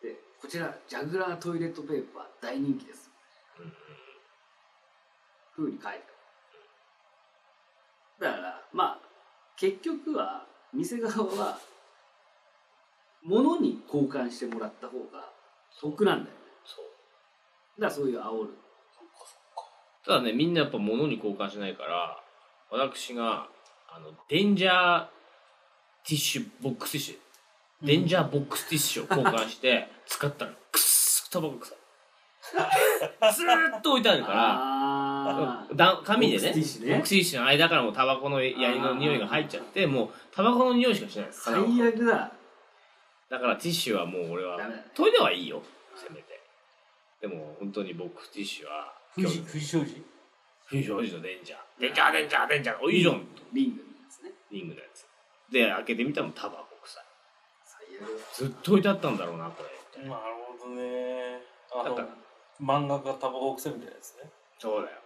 E: てでこちらジャグラートイレットペーパー大人気です、風に書いてあるだからまあ結局は店側は物に交換してもらった方が得なんだよね
C: そう
E: だからそういう煽る
C: ただねみんなやっぱ物に交換しないから私があのデンジャーティッシュボックスティッシュ、デンジャーボックスティッシュを交換して 使ったらくっそタバコ臭いずーっと置いてあるから
E: あ
C: うんだ紙でね
E: ボックスティッシュね
C: ボックスティッシュの間からもうタバコの槍の匂いが入っちゃってもうタバコの匂いしかしない
E: 最悪だ
C: だからティッシュはもう俺は
E: ダメだね
C: トイレはいいよせめてでも本当にボックスティッシュは
B: 富士、富士商事
C: フュージョンのデンジャーデンジャーデンジャーデンジャーおいいじゃん
E: リングのやつね
C: リングのやつで開けてみたらタバコ臭
E: 最悪だ
C: いずっと置いてあったんだろうなこれ
B: なるほどね。あ
C: だ
B: の
C: から、
B: 漫画がタバコ癖みたいなやつね。
C: そうだよ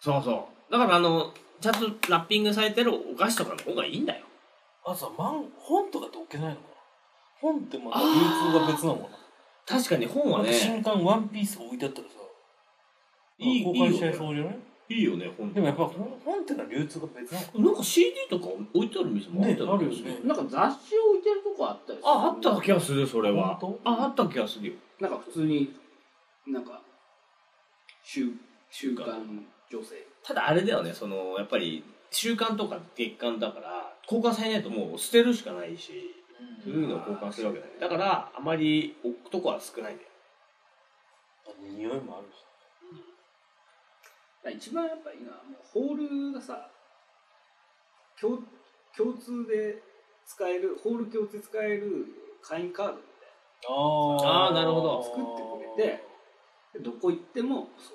C: そうそうだからあのちゃんとラッピングされてるお菓子とかの方がいいんだよ
B: あとさ、漫本とかって置けないのかな本ってまた流通が別なのかな
C: 確かに本
B: な
C: は
B: んか
C: ね
B: 新刊ワンピース置いてあったらさ、
C: いい
B: 交換しちゃいそうじゃない
C: いいよね本
B: でもやっぱ本本ってのは流通が別なのか
C: なんか CD とか置いてある店もあった
B: ねあるよね
F: なんか雑誌置いてるとこあったりする
C: ああった気がするそれは
B: 本当
C: ああった気がするよ
E: なんか普通になんか週週刊女性
C: ただあれだよねそのやっぱり週刊とか月刊だから交換されないともう捨てるしかないしそういうのを交換するわけだねだからあまり置くとこは少ないんだよ
B: 匂いもあるし。
E: だから一番やっぱいいのはもうホールがさ共共通で使えるホール共通で使える会員カードみ
B: あ
C: あーなるほど
E: 作ってくれてたいなでどこ行ってもそ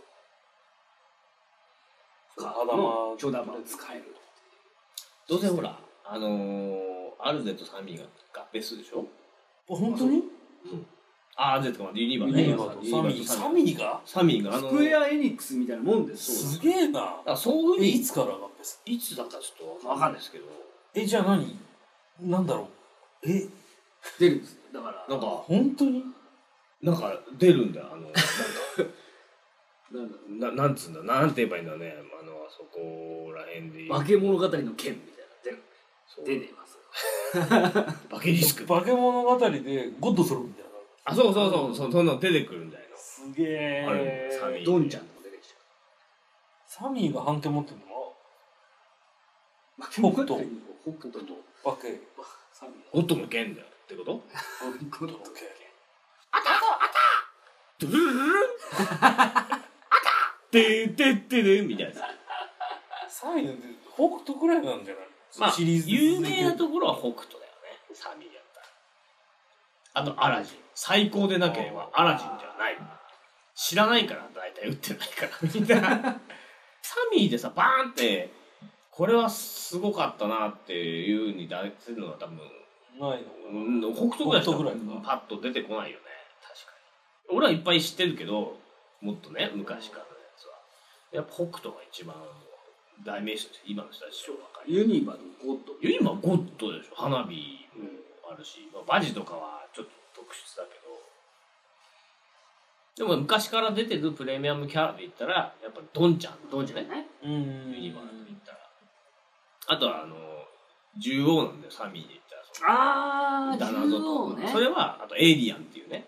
E: うカードのちょだまを使える
C: どうせほらあのー、アルゼとサミーが合併するでしょ
B: 本当に
C: あアルゼとかまでユニバ
B: ユニ
C: ー
B: バ
C: ね
B: とサミー。サミーが
C: サミーがあ
E: ス
C: の
E: クエ
C: だか
E: アエニックスみたいなもんです
B: すげえな。
C: らそういうふう
B: え、
C: に
B: い
C: いつ
B: つから合併す
C: いつだかちょっとわかんないですけど
B: るえ、じゃあ何なんだろうえ、
E: 出るんですよだから
C: なんか
B: 本当に
C: なんか出るんだよあの
E: なんだ
C: なんかななんつうんだなんて言えばいいんだろうねあのあそこら辺で
E: 化け物語の剣みたいな出る
C: そう
E: 出てます
C: バケリスク
B: 化け物語でゴッドするみたいな。
C: あそうそうそうそそんなの出てくるんだよ
B: すげ
C: あるサミ
B: え。
C: ー
E: ドンちゃんとか出てきちゃう
B: サミーが半径持ってるのは
E: 化け物語の北斗と
B: バケ。
E: サミ
C: ゴッドの剣だよってこと
E: ーの
C: ドゥルルルルンででででみたいな
B: サミーなんて北斗くらいなんじゃない
C: まあ
B: シリーズで
C: 有
B: 続いて
C: 名
B: る
C: なところは北斗だよねサミーやったらあとアラジン最高でなければアラジンじゃない知らないから大体打ってないから みんなサミーでさバーンってこれはすごかったなっていうふうに出せるのは多分
B: ないの
C: うん北斗ぐらいし
B: 北
C: か
B: 斗ぐらいか
C: パッと出てこないよね確かに俺はいっぱい知ってるけどもっとね昔からのやつはやっぱ北斗が一番代名詞として今の人たちは分かる
E: ユニバのゴッド
C: いや今ゴッドでしょ花火もあるし、まあ、バジとかはちょっと特殊だけどでも昔から出てるプレミアムキャラで言ったらやっぱドンちゃんドンちゃんね
B: うん。
C: ユニバーで言ったらあとはあの獣王なんだよサミーで言ったらその
E: ああ、
C: ダナゾ
E: 柔
C: と
E: 道ね。
C: それはあとエイリアンっていうね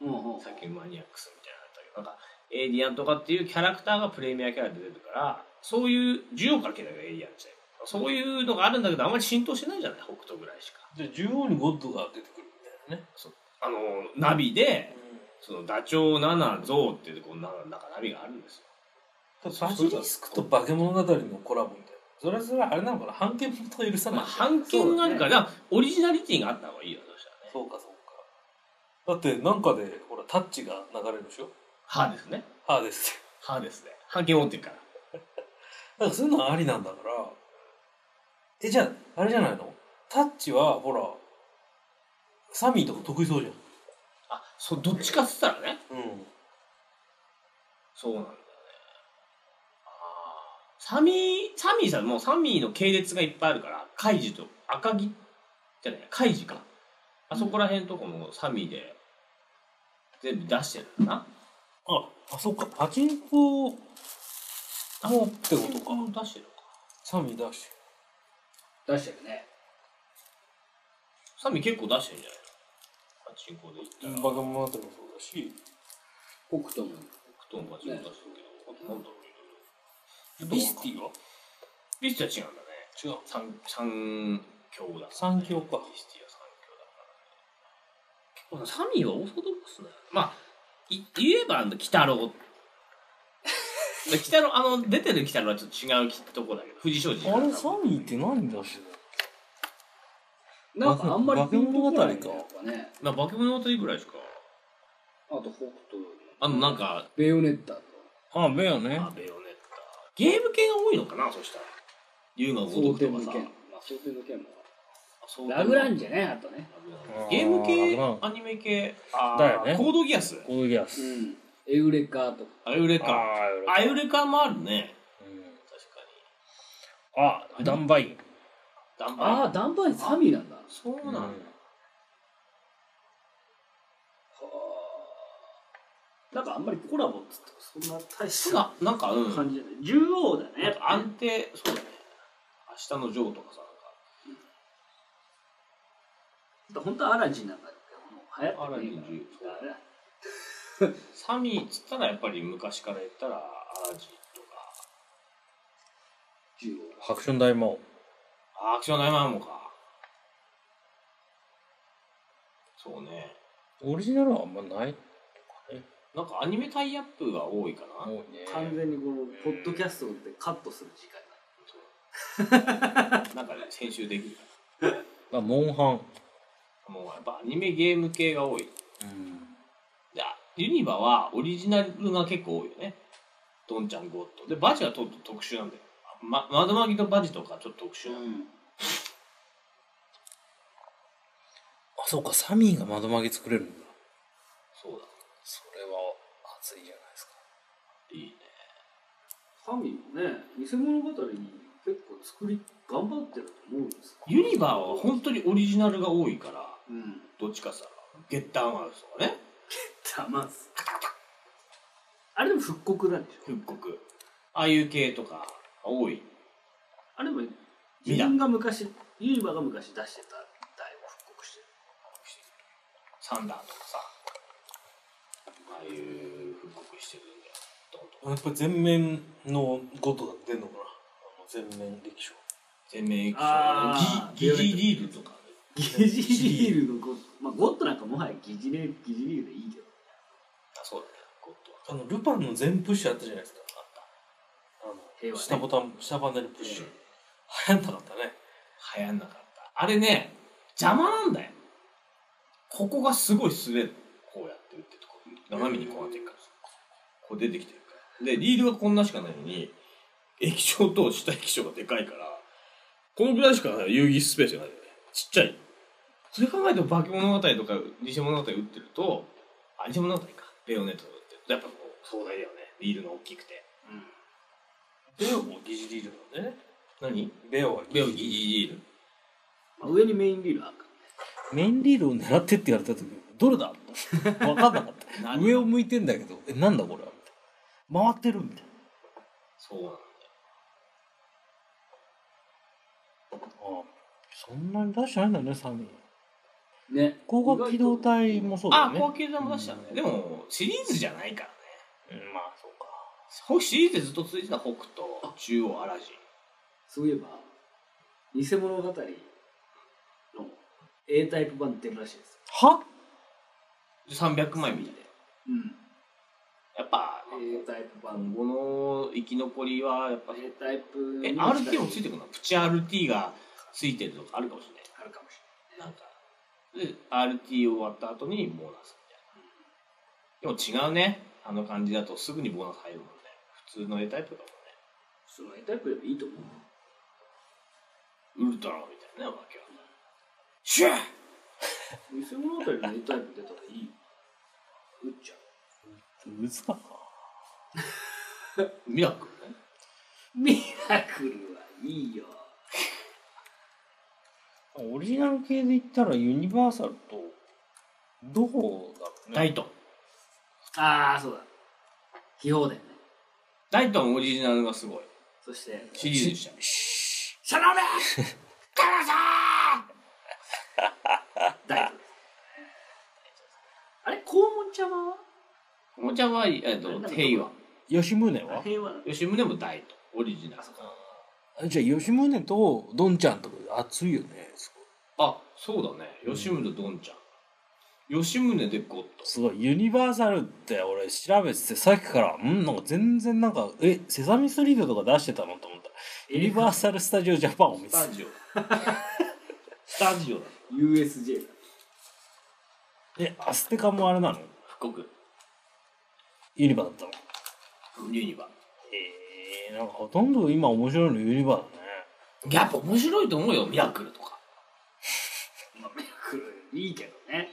E: うんうん
C: さっきのマニアックスみたいなのあったけどなんかエイリアンとかっていうキャラクターがプレミアキャラで出てるからそういう14から来たけどエイリアンってそういうのがあるんだけどあんまり浸透してないじゃない北斗ぐらいしか
B: じゃあ中央にゴッドが出てくるみたいなね。
C: あのナビでそのダチョウ7ゾウっていうこうななんかナビがあるんですよ
B: バジリスクと化け物語のコラボみたいな。それはそれはあれなのかな半径も許さない。
C: まあ版権があるから、だからオリジナリティがあった方がいいよそしたらね
B: そうかそうか。だってなんかでほらタッチが流れるでしょ。
C: 歯ですね
B: ハーです。
C: 歯ですね版権持ってるから
B: なんかそういうのはありなんだから。え、じゃあ、あれじゃないのタッチは、ほら、サミーとか得意そうじ
C: あそうどっちかっつったらね
B: ゃん。うん。
C: そうなんだよねあーサミーサミーさんもうサミーの系列がいっぱいあるからカイジと赤城じゃないカイジかあそこら辺とかもサミーで全部出してるんだな
B: あ、あ、そっか、パチンコもうってことか。
C: 出してるのか。
B: サミー出して。
E: 出してるね
C: サミ結構出してるんじゃないのパチンコでいったら。
B: バカモンタもそうだし、
E: 北斗も
C: クトンパチンコ出してるけど、あとなんだろうね。
B: ビスティは
C: ビスティは違うんだね。
B: 違う。
C: 三、三強だ、ね。
B: 三強か
C: ビスティは三強だから、ね。結構サミーはオーソドックスだよ。まあ、い言えば、あの、鬼太郎。 鬼太郎、あの、出てる鬼太郎はちょっと違うきとこだけど、藤正治。
B: あれ、サミーって何出して
E: なんかあんまり
B: 化け物語か
E: ピンとこないねやっぱね
C: な、化け物語ぐらいしか。
E: あと北斗
C: あの、なんか、
E: ベヨネッタと
B: たのあ、ベアね。
C: あ、ベヨネッタ。ゲーム系が多いのかな、そしたら。龍が
E: 蒼
C: 如く
E: 天
C: と
E: の
C: か
E: 剣
C: さ。
E: まあ蒼天の剣も
C: 蒼天
E: ラグランジェねあとね
B: あー
C: ゲーム
B: ラグ
C: 系
B: ラン、
C: アニメ系、
B: だよね
C: コードギアス。
B: こういうや
E: う
B: つ。
E: んエウレカとか
C: アユレ
B: あ
C: カ。アユレカもあるね。
B: ーうん
C: 確かに。
B: あ、ダンバイン。
C: ダン
E: あ
C: バ
E: あダンバインサミーなんだは
C: イ。そうなんだ。
E: あなんかあんまりコラボっつってもそんな大した
C: だ、なんか、うん。
E: 感じじゃない竜王だねやっぱね
C: 安定、そうだね。明日のジョーとかさ、
E: 本当はアラジンなんか流行ってねえから
C: アラ
E: あれだ
C: サミーっつったら、やっぱり昔から言ったら、アラジンとか、
E: 竜王
B: ハクション大魔王。
C: あアクション大魔王か。そうね。
B: オリジナルはあんまない。
C: なんかアニメタイアップが多いかな。
B: 多いね。
E: 完全にこのポッドキャストでカットする時間
C: なんかね、編集できるか
B: あ、モンハン。
C: ら。もうやっぱアニメゲーム系が多い。
B: うん。
C: であユニバはオリジナルが結構多いよね。ドンちゃんゴッド。で、バジはとうとう特殊なんだよ。ま、窓マギとバジとかちょっと特殊な
E: だ
C: んだよ
E: うん
B: あ、そうか、サミーが窓曲げ作れるんだ。
C: そうだ。
B: それは熱いじゃないですか。
C: いいね。
E: 神もね偽物語に結構作り頑張ってると思うんですよ
C: ユニバは本当にオリジナルが多いから、
E: うん
C: どっちかさ、ゲッターマウスとかね、
E: だますあれでも復刻なんでしょ
C: 復刻。ああいう系とかが多い。
E: あれも
C: 見
E: 自
C: た
E: 分が昔ユニバが昔出してた台を復刻してる
C: サンダーとかさ、ああいう復刻してるんだよ。ドンとか
B: やっぱ全面のゴッドが出んのかな全面力勝
C: 全面液晶
E: あー
C: ギギギリールとか。
E: ギジリールのゴッドまあゴッドなんかもはやギジレギジリールでいいけど
C: あ、そうだね。ゴッドは。
B: あのルパンの全プッシュあったじゃないですか
C: あった。
E: 平和ね
B: 下ボタン下パネルプッシュ
C: うん
B: 流行んなかったね
C: 流行んなかったあれね邪魔なんだよここがすごい滑るこうやって打ってとこ斜めにこうなっていくからこう出てきてるからでリールがこんなしかないのに液晶と下液晶がでかいからこのぐらいしか遊戯スペースがないよねちっちゃいそれ考えると化け物語とか偽物語打ってるとあ偽物語かベヨネットとか打ってるとやっぱこう壮大だよねリールが大きくて
B: ベオも疑似リールなんでね
C: 何
B: ベオは
C: ベヨギリリール
E: まあ上にメインリールあるか
B: メインリールを狙ってって言われた時どれだ分かんなか った上を向いてんだけどえなんだこれはみたいな回ってるみたい
C: そうなんだよ
B: なああそんなに出してないんだねサミー
E: らね
B: 光学機動隊もそうだ
C: あ、
B: よね
C: 高級玉も出したね、
B: うん
C: でもシリーズじゃないからね
B: うんまあそうか
C: ほシリーズでずっと続いてた北斗中央アラジ
E: そういえば偽物語の A タイプ版出るらしいですよ
B: は
C: ン300枚みたいな
E: う
C: やっぱ、
E: ん A タイプ版
C: 今後の生き残りはやっぱ
E: A タイプ
C: え RT もついて
E: く
C: くるのプチ RT がついてるとかあるかもしれ
E: あるかもし
C: ないなんかで RT 終わった後にボーナスみたいなでも違うねあの感じだとすぐにボーナス入るもんね普通の A タイプだもんね
E: れないその A タイプでもいいと思う
C: ウルトラマンみたいなねわけはシュッ
E: 偽物語の A タイプ出たらいいよ打っちゃう
B: うずかな
C: ミラクルね
E: ミラクルはいいよ
B: オリジナル系で言ったらユニバーサルとどこだろうね
C: ダイトン
E: ああそうだ秘宝だよね
C: タイトンオリジナルがすごい。
E: そして、
C: シリーズでしたね。
E: シャラメカラさー大丈夫です。あれ、黄門ちゃまは
C: おもちゃは、えっと、平和。
B: 吉宗は
E: 平和なの
C: 吉宗も大と、オリジナル。
B: じゃあ吉宗とどんちゃんとか熱いよねすごい
C: あ、そうだね。吉宗ドンちゃん。吉宗でゴッド。
B: すごいユニバーサルって俺調べててさっきからんなんか全然なんかえセサミストリートとか出してたのと思ったユニバーサル・スタジオ・ジャパンを見
C: ス
B: てた
C: タジ オ。スタジオだ。
E: USJ だ。
B: えアステカもあれなの
C: 復刻。
B: ユニバだったの
C: ユニバ。
B: えー、なんかほとんど今面白いのユニバだね
C: やっぱ面白いと思うよ、ミラクルとか。
E: まあ、ミラクルいいけどね。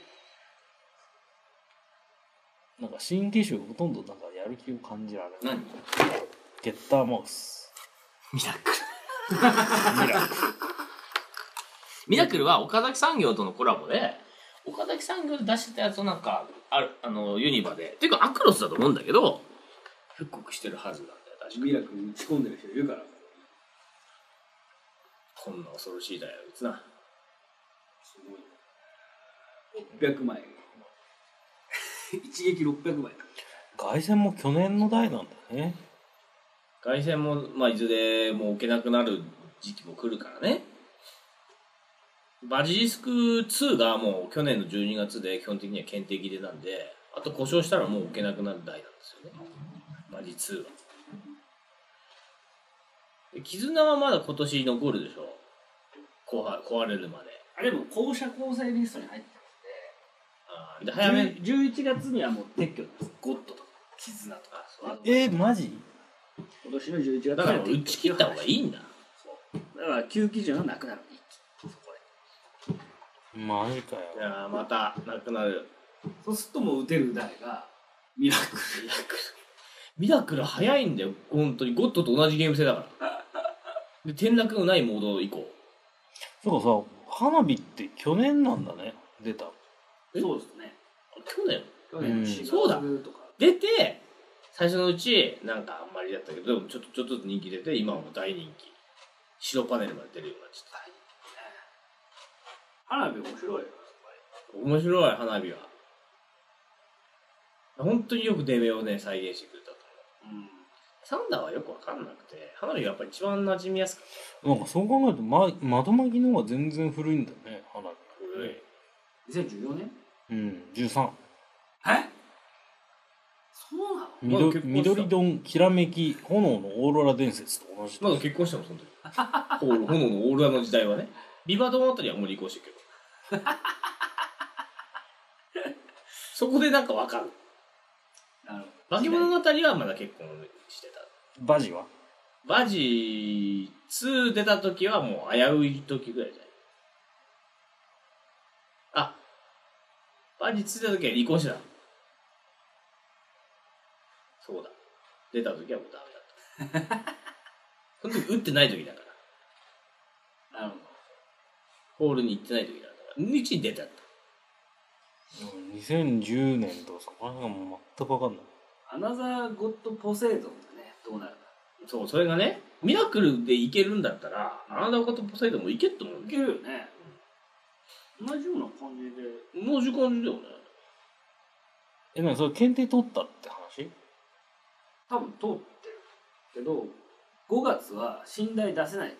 B: なんか新機種ほとんどなんかやる気を感じられない
C: 何
B: ゲッターマウス
C: ミラクル。
B: ミラクル
C: ミラクルは岡崎産業とのコラボで、岡崎産業で出してたやつをなんか、あるあの、ユニバで、ていうかアクロスだと思うんだけど、復刻してるはずなんだよ、確か
E: ミラクル打ち込んでる人いるから。
C: こんな恐ろしいだよ、いつな。
E: すごいね。600枚。 一撃600枚。
B: 凱旋も去年の代なんだね
C: 凱旋も、まあ、いずれもう置けなくなる時期も来るからね。バジリスク2がもう去年の12月で基本的には検定切れなんで、あと故障したらもう置けなくなる台なんですよね。バジ2は。で絆はまだ今年残るでしょ壊。壊れるまで。
E: あれも校舎構成リストに入って
C: あーで、
E: ます
C: 早め。
E: 11月にはもう撤去なんです。ゴッドとか、絆とか。あと
B: えー、マジ
E: 今年の11月
C: だからもう打ち切った方がいいんだ。
E: だから旧基準はなくなる一気そこ
B: マジかよ
C: いやーまた、なくなる。
E: でそうするともう打てる台がミラクル
C: ミラクル。ミラクル早いんだよ、本当に。ゴッドと同じゲーム性だから。で、転落のないモード以降。
B: そうかさ花火って去年なんだね出た
C: え
E: そうですね
C: 去年
E: 去年の4
B: うん
E: 月
C: そうだ
E: とか
C: 出て、最初のうち、なんかあんまりだったけど、でもちょっとちょっとずつ人気出て、今はもう大人気。白パネルまで出るようになっちゃっ
E: 花火面白いよ
C: た。面白い、花火は。本当によく出目をね、再現してくれたと思う。
E: うん
C: サンダーはよくわかんなくて、花火がやっぱり一番馴染みやすかった。
B: なんかそう考えると、ま、窓巻きの方が全然古いんだね花火
E: 2014年
B: うん13
E: えそうなの
C: まだ結婚し
B: 緑
C: た
B: 緑丼きらめき炎のオーロラ伝説と同じ
C: まだ結婚したもん、その時。炎炎のオーロラの時代はね。ビバドンあたりはもう離婚してるけど。そこでなんかわかる。
E: なる
C: 化け物語はまだ結婚してた。
B: バジは
C: バジ2出た時はもう危うい時ぐらいじゃないあ、バジ2出た時は離婚してた。そうだ。出た時はもうダメだった。その時打ってない時だから。
E: ほどなるほ
C: ホールに行ってない時だから、うちに出ちゃった。
B: うん2010年とかそこら辺がもう全く分かんない
E: どアナザーゴッドポセイドンがねどうなるか
C: そう、それがね、ミラクルで行けるんだったら、あなたのことポセイドンも行けって思うん
E: い
C: だ
E: け
C: よ。
E: るよね同じような感じで
C: 同じ感じだよね。
B: えなにそれ検定取ったって話
E: 多分通ってるけど5月は信頼出せない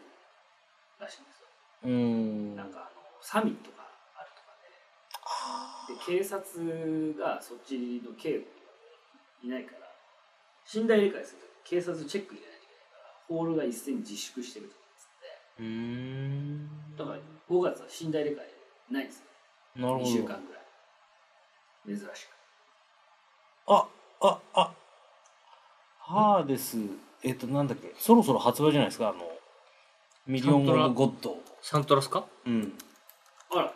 E: らしいんですよ
B: うーん
E: なんかあのサミットがあるとかでで警察がそっちの警護いないから信頼理解すると警察チェック入れないといけないからホールが一斉に自粛してるとかっつ
B: うーん
E: ってだから5月は信頼理解ないんですよ
B: なるほ
E: 2週
B: ど
E: 間ぐらい珍しく
B: あああはあですえっ、となんだっけそろそろ発売じゃないですかあのミリオン・オブ・ゴッド
C: サントラスか
B: うん
E: あら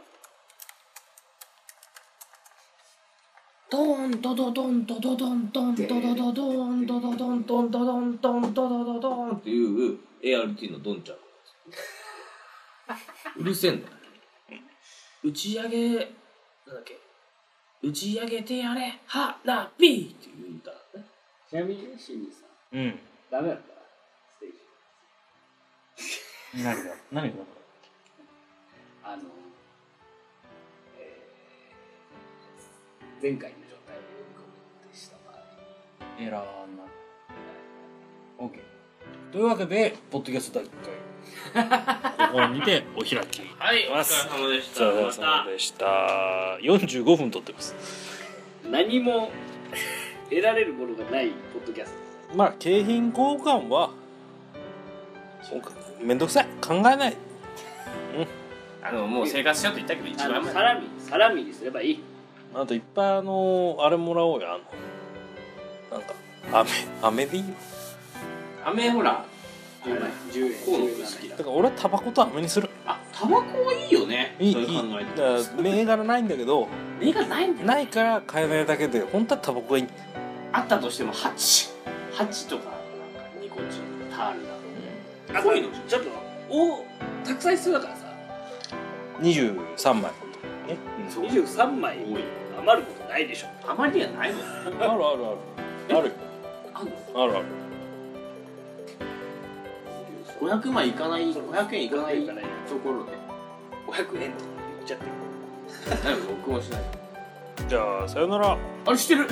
F: ドーンドドドンドドドンドンドドドドンドドドンドンドドンドンドドドドン
C: っていう ART のドンちゃん。うるせえんだよ。
F: 打ち上げなんだっけ打ち上げてやれ花火
C: っていう歌。
E: ちなみにシンジさん
B: うん
E: ダメなんだなステージ
G: 何が何が
E: あの、えー前回の状態を読み込むでしたが
G: エラーな。OK。というわけで、ポッドキャスト第1回。ここにてお開き。
C: はい、お疲れ様でし
B: お疲
C: た。
B: れ
C: ま
B: 様
C: た。
B: でした45分撮ってます
E: 何も 得られるものがないポッドキャスト
B: まあ景品交換はそうかめんどくさい考えない
C: あの、もう生活しようと言ったけど、一
E: あ
C: 番
E: の
C: 前
E: サラミサラミにすればいい
B: あといっぱいあのあれもらおうよあのなんかアメアメでいいよ
C: 雨ほら、
E: 10円10円
C: 河野君
E: 10
C: 好
E: 円
C: きだ
B: だ。から俺はタバコとアメにする
C: あ、タバコはいいよね。
B: いい
C: そう
B: い
C: い
B: いう
C: 考え
B: だ
C: て
B: から銘柄ないんだけど
C: 目がないんだよ
B: ないから買えないだけで本当はタバコがいい
C: あったとしても8。8とか、なんかニコチン、タールだろうね。濃いの
E: ちょっとおたくさん必要だからさ
B: 23枚ね、
C: そう
E: 23枚
C: 多い。
E: 余ることないでしょ
C: あまりはないもんね。
B: あるあるあるある
C: あの
B: あるある
C: 500枚いかない、500円いかない
E: 500円いかない
C: ところで。
E: 500円とか言っちゃってる
C: なんか録音しない。
B: じゃあさよなら
C: あれ、してる